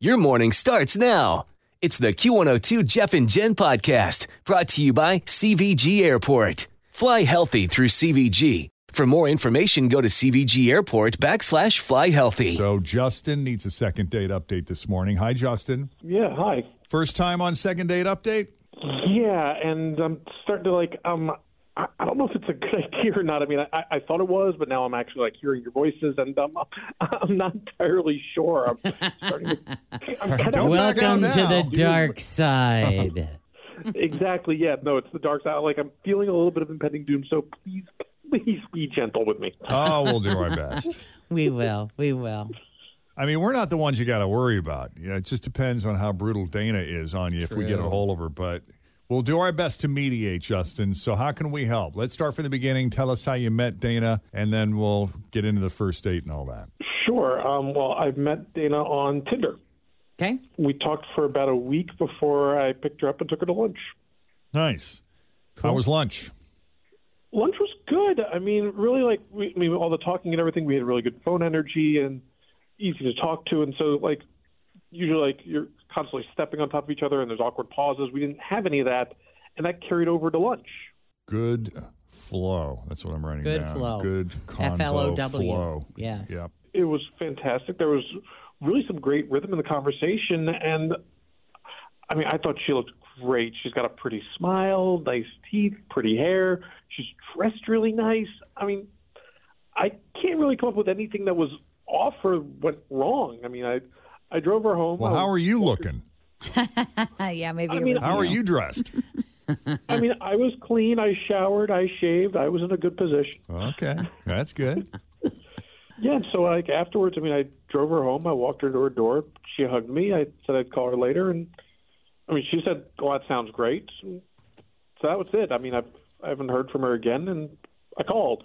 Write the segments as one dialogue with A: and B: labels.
A: Your morning starts now. It's the Q102 Jeff and Jen podcast brought to you by CVG Airport. Fly healthy through CVG. For more information, go to CVG Airport backslash fly healthy.
B: So Justin needs a second date update this morning. Hi, Justin.
C: Yeah, hi.
B: First time on second date update?
C: Yeah, and I'm starting to like um I, I don't know if it's a good idea or not. I mean, I, I thought it was, but now I'm actually like hearing your voices, and um, I'm not entirely sure. I'm starting to, I'm kind of
B: Well- Back
D: Welcome
B: out
D: to
B: now.
D: the dark side.
C: exactly yeah. No, it's the dark side. Like I'm feeling a little bit of impending doom. So please, please be gentle with me.
B: Oh, we'll do our best.
D: we will. We will.
B: I mean, we're not the ones you got to worry about. You know, it just depends on how brutal Dana is on you if we get a hold of her. But we'll do our best to mediate, Justin. So, how can we help? Let's start from the beginning. Tell us how you met Dana, and then we'll get into the first date and all that.
C: Sure. Um, well, I met Dana on Tinder.
D: Okay.
C: We talked for about a week before I picked her up and took her to lunch.
B: Nice. How was lunch?
C: lunch was good. I mean, really, like we, I mean, all the talking and everything. We had really good phone energy and easy to talk to. And so, like, usually, like you're constantly stepping on top of each other, and there's awkward pauses. We didn't have any of that, and that carried over to lunch.
B: Good flow. That's what I'm writing
D: Good
B: down.
D: flow.
B: Good convo
D: F-L-O-W.
B: flow.
D: Yes.
B: Yep.
C: It was fantastic. There was really some great rhythm in the conversation, and I mean, I thought she looked great. She's got a pretty smile, nice teeth, pretty hair. She's dressed really nice. I mean, I can't really come up with anything that was off or went wrong. I mean, I I drove her home.
B: Well,
C: I
B: how
C: was-
B: are you looking?
E: Uh, yeah, maybe
C: I
E: it
C: mean,
E: was.
B: How are you dressed?
C: I mean, I was clean. I showered. I shaved. I was in a good position.
B: Okay, that's good.
C: Yeah. So like afterwards, I mean, I drove her home. I walked her to her door. She hugged me. I said I'd call her later, and I mean, she said, "Well, that sounds great." So that was it. I mean, I've I haven't heard from her again, and I called.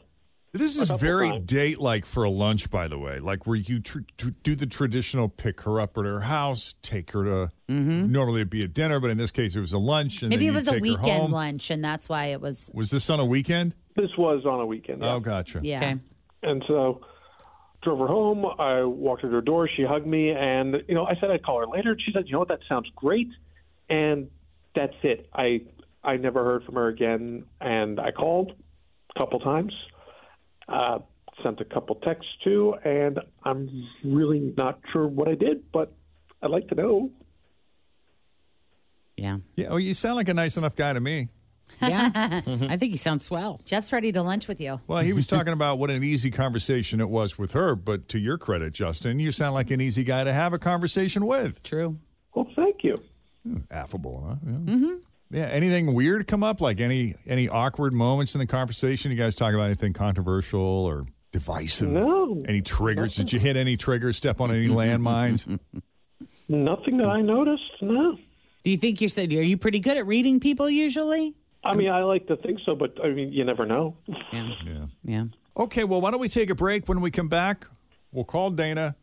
B: This is
C: couple
B: very
C: times.
B: date like for a lunch, by the way. Like where you tr- tr- do the traditional pick her up at her house, take her to normally it'd be a dinner, but in this case it was a lunch. And
E: Maybe
B: then
E: it was
B: you
E: a
B: take her home.
E: weekend lunch, and that's why it was.
B: Was this on a weekend?
C: This was on a weekend. yeah.
B: Oh, gotcha.
E: Yeah.
D: Okay.
C: And so drove her home. I walked her to her door. She hugged me, and you know, I said I'd call her later. She said, "You know what? That sounds great." And that's it. I I never heard from her again, and I called a couple times, uh, sent a couple texts too, and I'm really not sure what I did, but I'd like to know.
D: Yeah.
B: Yeah. Oh, you sound like a nice enough guy to me.
D: Yeah. I think he sounds swell.
E: Jeff's ready to lunch with you.
B: Well, he was talking about what an easy conversation it was with her, but to your credit, Justin, you sound like an easy guy to have a conversation with.
D: True.
C: Well, thank you.
B: Affable, huh? Yeah. Mm-hmm. Yeah. Anything weird come up? Like any any awkward moments in the conversation? You guys talk about anything controversial or divisive?
C: No,
B: Any triggers? Did you hit any triggers? Step on any landmines?
C: nothing that I noticed. No.
D: Do you think you're said are you pretty good at reading people usually?
C: I mean, I like to think so, but I mean, you never know.
D: Yeah.
B: Yeah.
D: Yeah.
B: Okay. Well, why don't we take a break? When we come back, we'll call Dana,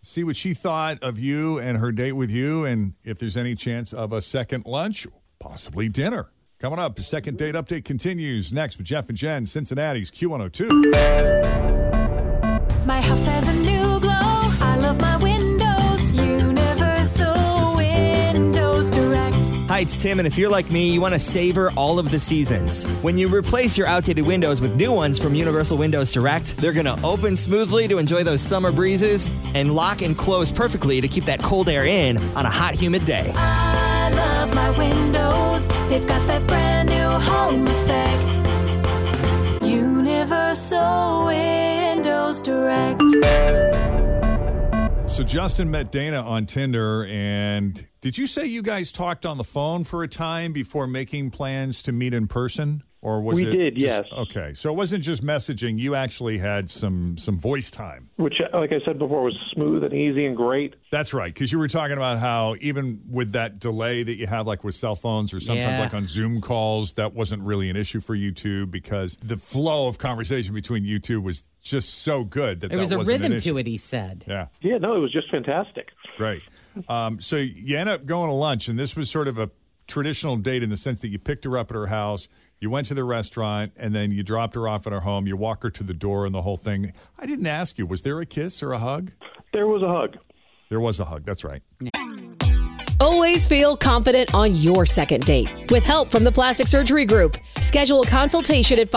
B: see what she thought of you and her date with you, and if there's any chance of a second lunch, possibly dinner. Coming up, the second date update continues next with Jeff and Jen, Cincinnati's Q102.
F: My house has a new glow. I love my windows. Universal Windows Direct.
G: Hi, it's Tim, and if you're like me, you want to savor all of the seasons. When you replace your outdated windows with new ones from Universal Windows Direct, they're going to open smoothly to enjoy those summer breezes and lock and close perfectly to keep that cold air in on a hot, humid day.
F: I love my windows. They've got that brand new home effect. Universal Windows Direct.
B: So Justin met Dana on Tinder, and did you say you guys talked on the phone for a time before making plans to meet in person, or was
C: We
B: it?
C: did,
B: just-
C: yes.
B: Okay, so it wasn't just messaging. You actually had some some voice time.
C: which, like I said before, was smooth and easy and great.
B: That's right, because you were talking about how even with that delay that you have, like with cell phones or sometimes
D: Yeah.
B: like on Zoom calls, that wasn't really an issue for you two because the flow of conversation between you two was just so good that
D: There
B: that
D: was a
B: wasn't an
D: rhythm
B: issue.
D: to it, he said.
B: Yeah.
C: Yeah, no, it was just fantastic.
B: Great. Um, so you end up going to lunch, and this was sort of a traditional date in the sense that you picked her up at her house, you went to the restaurant, and then you dropped her off at her home. You walk her to the door, and the whole thing. I didn't ask you. Was there a kiss or a hug?
C: There was a hug.
B: There was a hug. That's right.
H: Always feel confident on your second date. With help from the Plastic Surgery Group, schedule a consultation at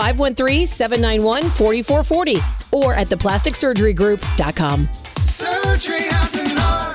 H: 513-791-4440 or at theplasticsurgerygroup.com.
I: Surgery has an art.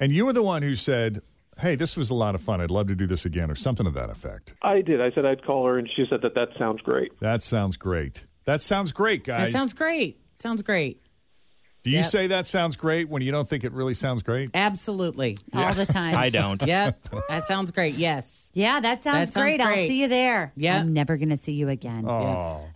B: And you were the one who said, "Hey, this was a lot of fun. I'd love to do this again," or something to that effect.
C: I did. I said I'd call her, and she said that that sounds great.
B: That sounds great. That sounds great, guys.
D: That sounds great. Sounds great.
B: do you
D: yep.
B: say that sounds great when you don't think it really sounds great?
D: Absolutely.
E: all the time.
G: I don't.
D: Yep. that sounds great. Yes.
E: yeah, that sounds,
D: That sounds
E: great. I'll
D: great.
E: see you there.
D: Yeah.
E: I'm never going to see you again.
B: Oh.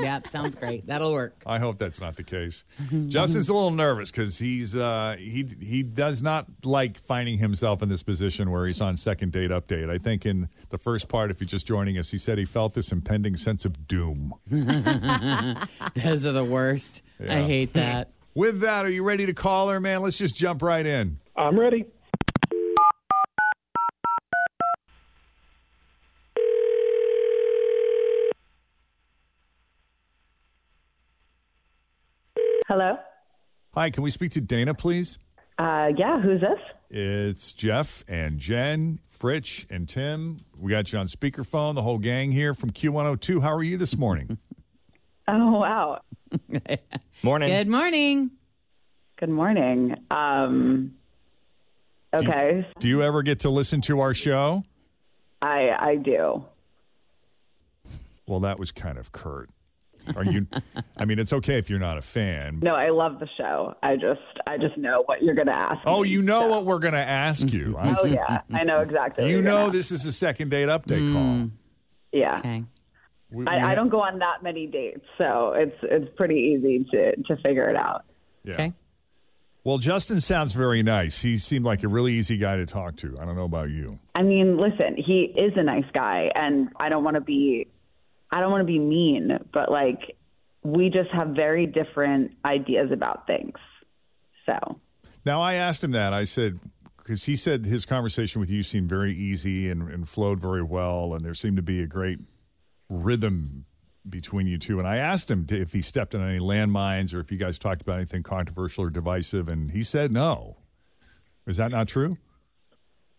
D: Yep. Sounds great. That'll work.
B: I hope that's not the case. Justin's a little nervous because he's uh, he he does not like finding himself in this position where he's on second date update. I think in the first part, if you're just joining us, he said he felt this impending sense of doom.
D: Those are the worst. I hate that.
B: With that, are you ready to call her, man? Let's just jump right in.
C: I'm ready.
J: Hello.
B: Hi, can we speak to Dana, please?
J: Uh, yeah, who's this?
B: It's Jeff and Jen, Fritch and Tim. We got you on speakerphone, the whole gang here from Q102. How are you this morning?
J: Oh wow.
G: Morning.
D: Good morning.
J: Good morning. Um, okay,
B: Do you ever get to listen to our show?
J: I I do.
B: Well, that was kind of curt. Are you? I mean, it's okay if you're not a fan.
J: No, I love the show. I just I just know what you're gonna ask.
B: Oh,
J: me,
B: you know
J: so-
B: what we're going to ask you. I
J: Oh
B: see.
J: yeah, I know exactly. what
B: You
J: you're
B: know
J: gonna
B: this is a second date update call.
J: ask. Yeah.
D: Okay.
B: We- we
J: Hmm. I, I
B: ha-
J: don't go on that many dates, so it's it's pretty easy to to figure it out.
B: yeah.
D: Okay.
B: Well, Justin sounds very nice. He seemed like a really easy guy to talk to. I don't know about you.
J: I mean, listen, he is a nice guy, and I don't want to be, I don't want to be mean, but like, we just have very different ideas about things. So,
B: Now, I asked him that. I said, because he said his conversation with you seemed very easy and, and flowed very well, and there seemed to be a great rhythm between you two. And I asked him to, if he stepped on any landmines or if you guys talked about anything controversial or divisive, and he said no. Is that not true?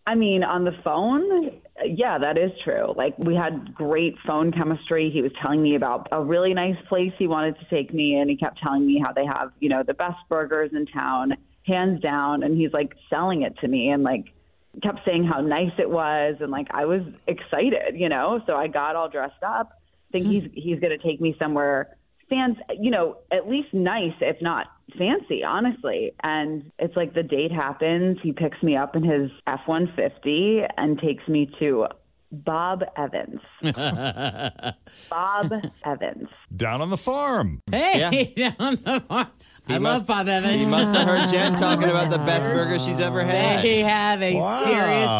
J: I mean, on the phone, yeah, that is true. Like, we had great phone chemistry. He was telling me about a really nice place he wanted to take me, and he kept telling me how they have, you know, the best burgers in town, hands down. And he's like selling it to me, and like, kept saying how nice it was and like I was excited, you know. So I got all dressed up. Think he's he's gonna take me somewhere fancy, you know, at least nice, if not fancy, honestly. And it's like the date happens. He picks me up in his F one fifty and takes me to Bob Evans. Bob Evans.
B: Down on the farm.
D: Hey, down the farm.
B: He
D: I
B: must-
D: love Bob Evans.
B: he must have heard Jen
G: talking about the best burger she's ever had.
D: They have a
G: Wow.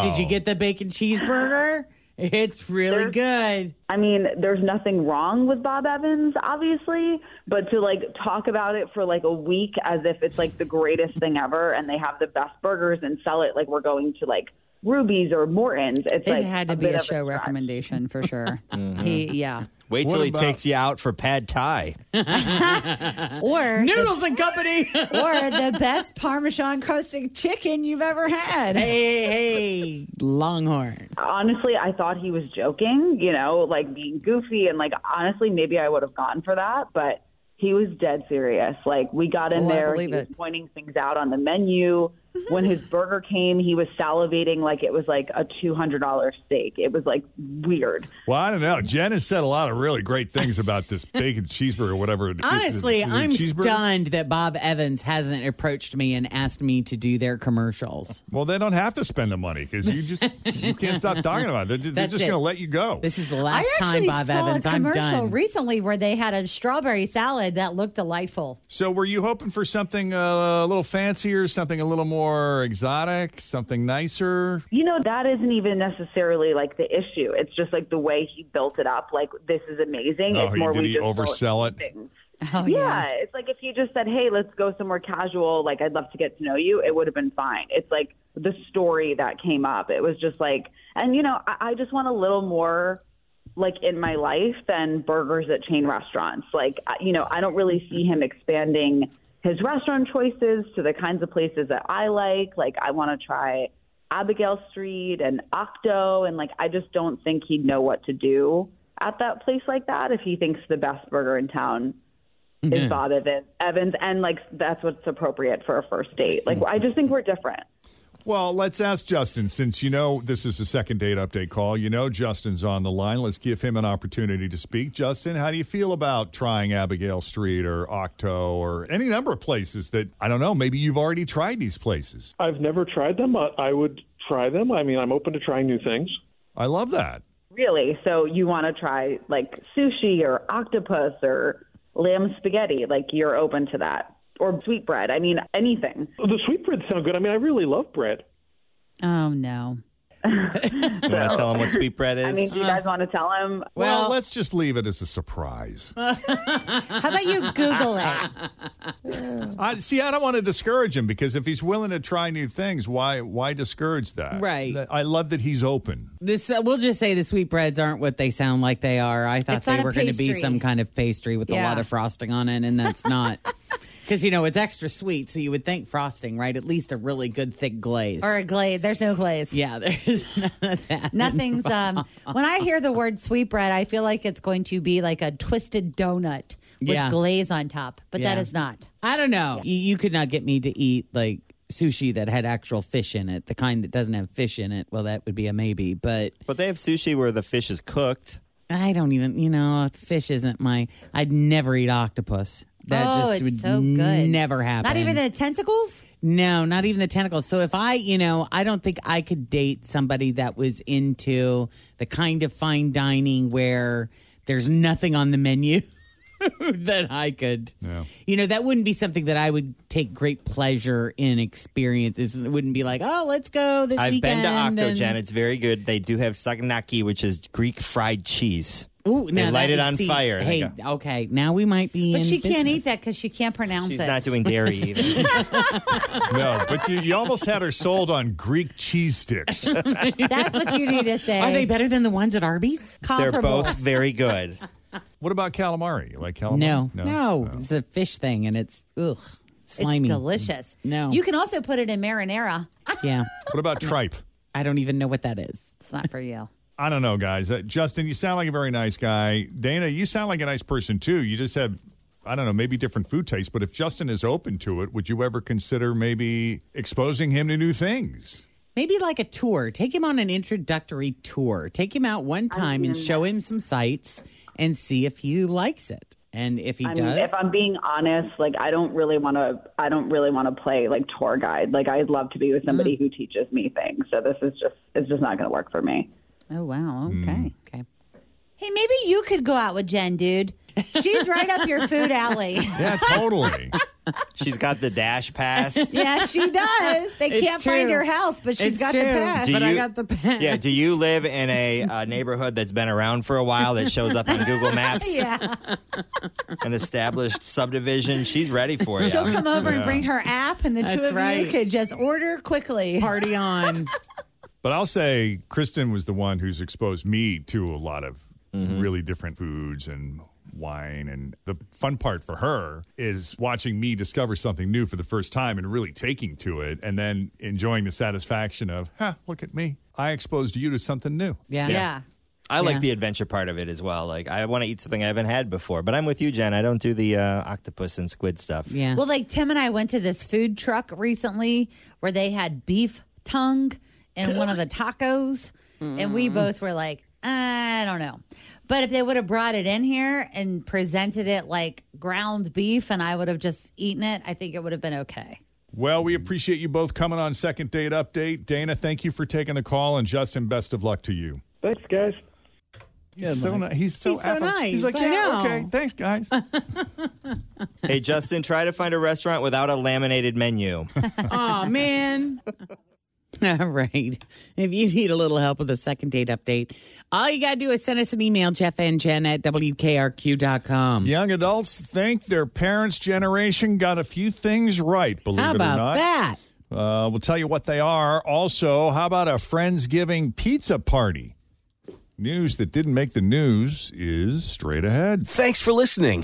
D: serious. Did you get the bacon cheeseburger? It's really good.
J: I mean, there's nothing wrong with Bob Evans, obviously, but to like talk about it for like a week as if it's like the greatest thing ever and they have the best burgers and sell it like we're going to like Ruby's or Morton's. It's
E: It
J: like
E: had to be
J: bit
E: a
J: of
E: show recommendation for sure. He, yeah.
G: Wait till he takes you out for pad thai.
E: Or
D: Noodles and company.
E: or the best Parmesan crusted chicken you've ever had.
D: Hey, hey, Longhorn.
J: Honestly, I thought he was joking, you know, like being goofy and like honestly, maybe I would have gone for that, but he was dead serious. Like we got in
E: Oh, I
J: there, he
E: believe
J: was pointing things out on the menu. when his burger came, he was salivating like it was like a two hundred dollar steak. It was like weird.
B: Well, I don't know. Jen has said a lot of really great things about this bacon cheeseburger, whatever. It is.
D: Honestly,
B: Is it a
D: I'm
B: cheeseburger?
D: stunned that Bob Evans hasn't approached me and asked me to do their commercials.
B: Well, they don't have to spend the money because you just you can't stop talking about it. They're just, they're
D: That's
B: just
D: it.
B: going to let you go. This
D: is the
E: I
D: last time,
E: actually
D: Bob
E: saw
D: Evans.
E: a
D: I'm
E: commercial
D: done.
E: recently where they had a strawberry salad that looked delightful.
B: So, were you hoping for something uh, a little fancier, something a little more exotic, something nicer?
J: You know, that isn't even necessarily like the issue. It's just like the way he built it up. Like this is amazing.
B: Oh,
J: it's
B: he-
J: more
B: did
J: we
B: he
J: just go-
B: oversell it?
E: Oh,
J: yeah. it's like if you just said, "Hey, let's go somewhere casual." Like I'd love to get to know you. It would have been fine. It's like the story that came up. It was just like, and you know, I, I just want a little more like in my life than burgers at chain restaurants. Like I- you know, I don't really see him expanding his restaurant choices to the kinds of places that I like. Like I want to try Abigail Street and Octo, and like I just don't think he'd know what to do at that place like that if he thinks the best burger in town is
D: Yeah.
J: Bob Evans, Evans, and like that's what's appropriate for a first date. Like I just think we're different.
B: Well, let's ask Justin since you know this is the second date update call. You know Justin's on the line. Let's give him an opportunity to speak. Justin, how do you feel about trying Abigail Street or Octo or any number of places that I don't know? Maybe you've already tried these places.
C: I've never tried them, but I would try them. I mean, I'm open to trying new things.
B: I love that.
J: Really? So you want to try like sushi or octopus or lamb spaghetti? Like you're open to that or sweetbread? I mean, anything.
C: The sweetbreads sound good. I mean, I really love bread.
E: Oh no.
G: You want to tell him what sweetbread is?
J: I mean, do you guys want to tell him?
B: Well, let's just leave it as a surprise.
E: How about you Google it?
B: I see. I don't want to discourage him because if he's willing to try new things, why why discourage that?
D: Right.
B: I love that he's open.
D: This uh, we'll just say the sweetbreads aren't what they sound like they are. I thought
E: It's not
D: they
E: a
D: were going to be
E: pastry.
D: some kind of pastry with a lot
E: Yeah.
D: of frosting on it, and that's not. Because you know it's extra sweet, so you would think frosting, right? At least a really good thick glaze.
E: Or a glaze. There's no glaze.
D: yeah, there's none of that.
E: Nothing's um when I hear the word sweetbread, I feel like it's going to be like a twisted donut with
D: Yeah.
E: glaze on top. But that
D: Yeah.
E: is not.
D: I don't know. You, you could not get me to eat like sushi that had actual fish in it, the kind that doesn't have fish in it. Well, that would be a maybe, but
G: But they have sushi where the fish is cooked.
D: I don't even, you know, fish isn't my, I'd never eat octopus. That
E: oh,
D: just
E: it's
D: would
E: so good.
D: never happen.
E: Not even the tentacles?
D: No, not even the tentacles. So if I, you know, I don't think I could date somebody that was into the kind of fine dining where there's nothing on the menu that I could.
B: Yeah.
D: You know, that wouldn't be something that I would take great pleasure in experiences. It wouldn't be like, oh, let's go this
G: I've
D: weekend.
G: been to Octo,
D: and-
G: Jen. It's very good. They do have saganaki, which is Greek fried cheese.
D: Ooh,
G: they
D: now
G: light
D: that-
G: it on
D: see,
G: fire. and they
D: Hey,
G: go-
D: okay, now we might be.
E: But
D: in
E: she can't
D: business.
E: eat that because she can't pronounce
G: She's
E: it.
G: not doing dairy either.
B: No, but you, you almost had her sold on Greek cheese sticks.
E: That's what you need to say.
D: Are they better than the ones at Arby's?
G: They're
E: comparable?
G: both very good.
B: What about calamari? You like calamari?
D: No, no, it's a fish thing, and it's ugh, slimy.
E: It's delicious.
D: No.
E: You can also put it in marinara.
D: Yeah,
B: What about tripe?
D: I don't even know what that is.
E: It's not for you.
B: I don't know, guys. Uh, Justin, you sound like a very nice guy. Dana, you sound like a nice person too. You just have, I don't know, maybe different food tastes. But if Justin is open to it, would you ever consider maybe exposing him to new things?
D: Maybe like a tour. Take him on an introductory tour. Take him out one time and show him some sights and see if he likes it. And if he
J: I mean,
D: does,
J: if I'm being honest, like I don't really want to. I don't really want to play like tour
D: Mm.
J: guide. Like I'd love to be with somebody who teaches me things. So this is just it's just not going to work for me.
E: Oh wow.
D: Hmm.
B: Okay.
E: Okay. Hey, maybe you could go out with Jen, dude. She's right up your food alley.
B: Yeah, totally.
G: She's got the dash pass.
E: yeah, she does. They
D: It's
E: can't find
D: true.
E: your house, but she's
D: It's
E: got the
D: true.
E: pass.
G: Do you- Yeah. Do you live in a uh, neighborhood that's been around for a while that shows up on Google Maps?
E: Yeah.
G: An established subdivision. She's ready for it.
E: She'll come over and bring her app, and the two
D: That's
E: of
D: right.
E: you could just order quickly.
D: Party on.
B: But I'll say Kristen was the one who's exposed me to a lot of really different foods and wine. And the fun part for her is watching me discover something new for the first time and really taking to it and then enjoying the satisfaction of, huh, look at me. I exposed you to something new.
D: Yeah.
G: I like
D: Yeah.
G: the adventure part of it as well. Like I want to eat something I haven't had before, but I'm with you, Jen. I don't do the uh, octopus and squid stuff.
D: Yeah.
E: Well, like Tim and I went to this food truck recently where they had beef tongue in one of the tacos, and
D: Mm.
E: we both were like, I don't know. But if they would have brought it in here and presented it like ground beef and I would have just eaten it, I think it would have been okay.
B: Well, we appreciate you both coming on Second Date Update. Dana, thank you for taking the call. And Justin, best of luck to you.
C: Thanks, guys.
B: He's so, ni- he's so,
D: He's so
B: affable.
D: nice.
B: He's like,
D: I
B: yeah,
D: know."
B: okay, thanks, guys.
G: Hey, Justin, try to find a restaurant without a laminated menu.
D: oh man. All right. If you need a little help with a second date update, all you got to do is send us an email, Jeff and Jen at WKRQ.com.
B: Young adults think their parents' generation got a few things right, believe
D: How
B: it or
D: about
B: not.
D: that?
B: Uh, we'll tell you what they are. Also, how about a Friendsgiving pizza party? News that didn't make the news is straight ahead.
A: Thanks for listening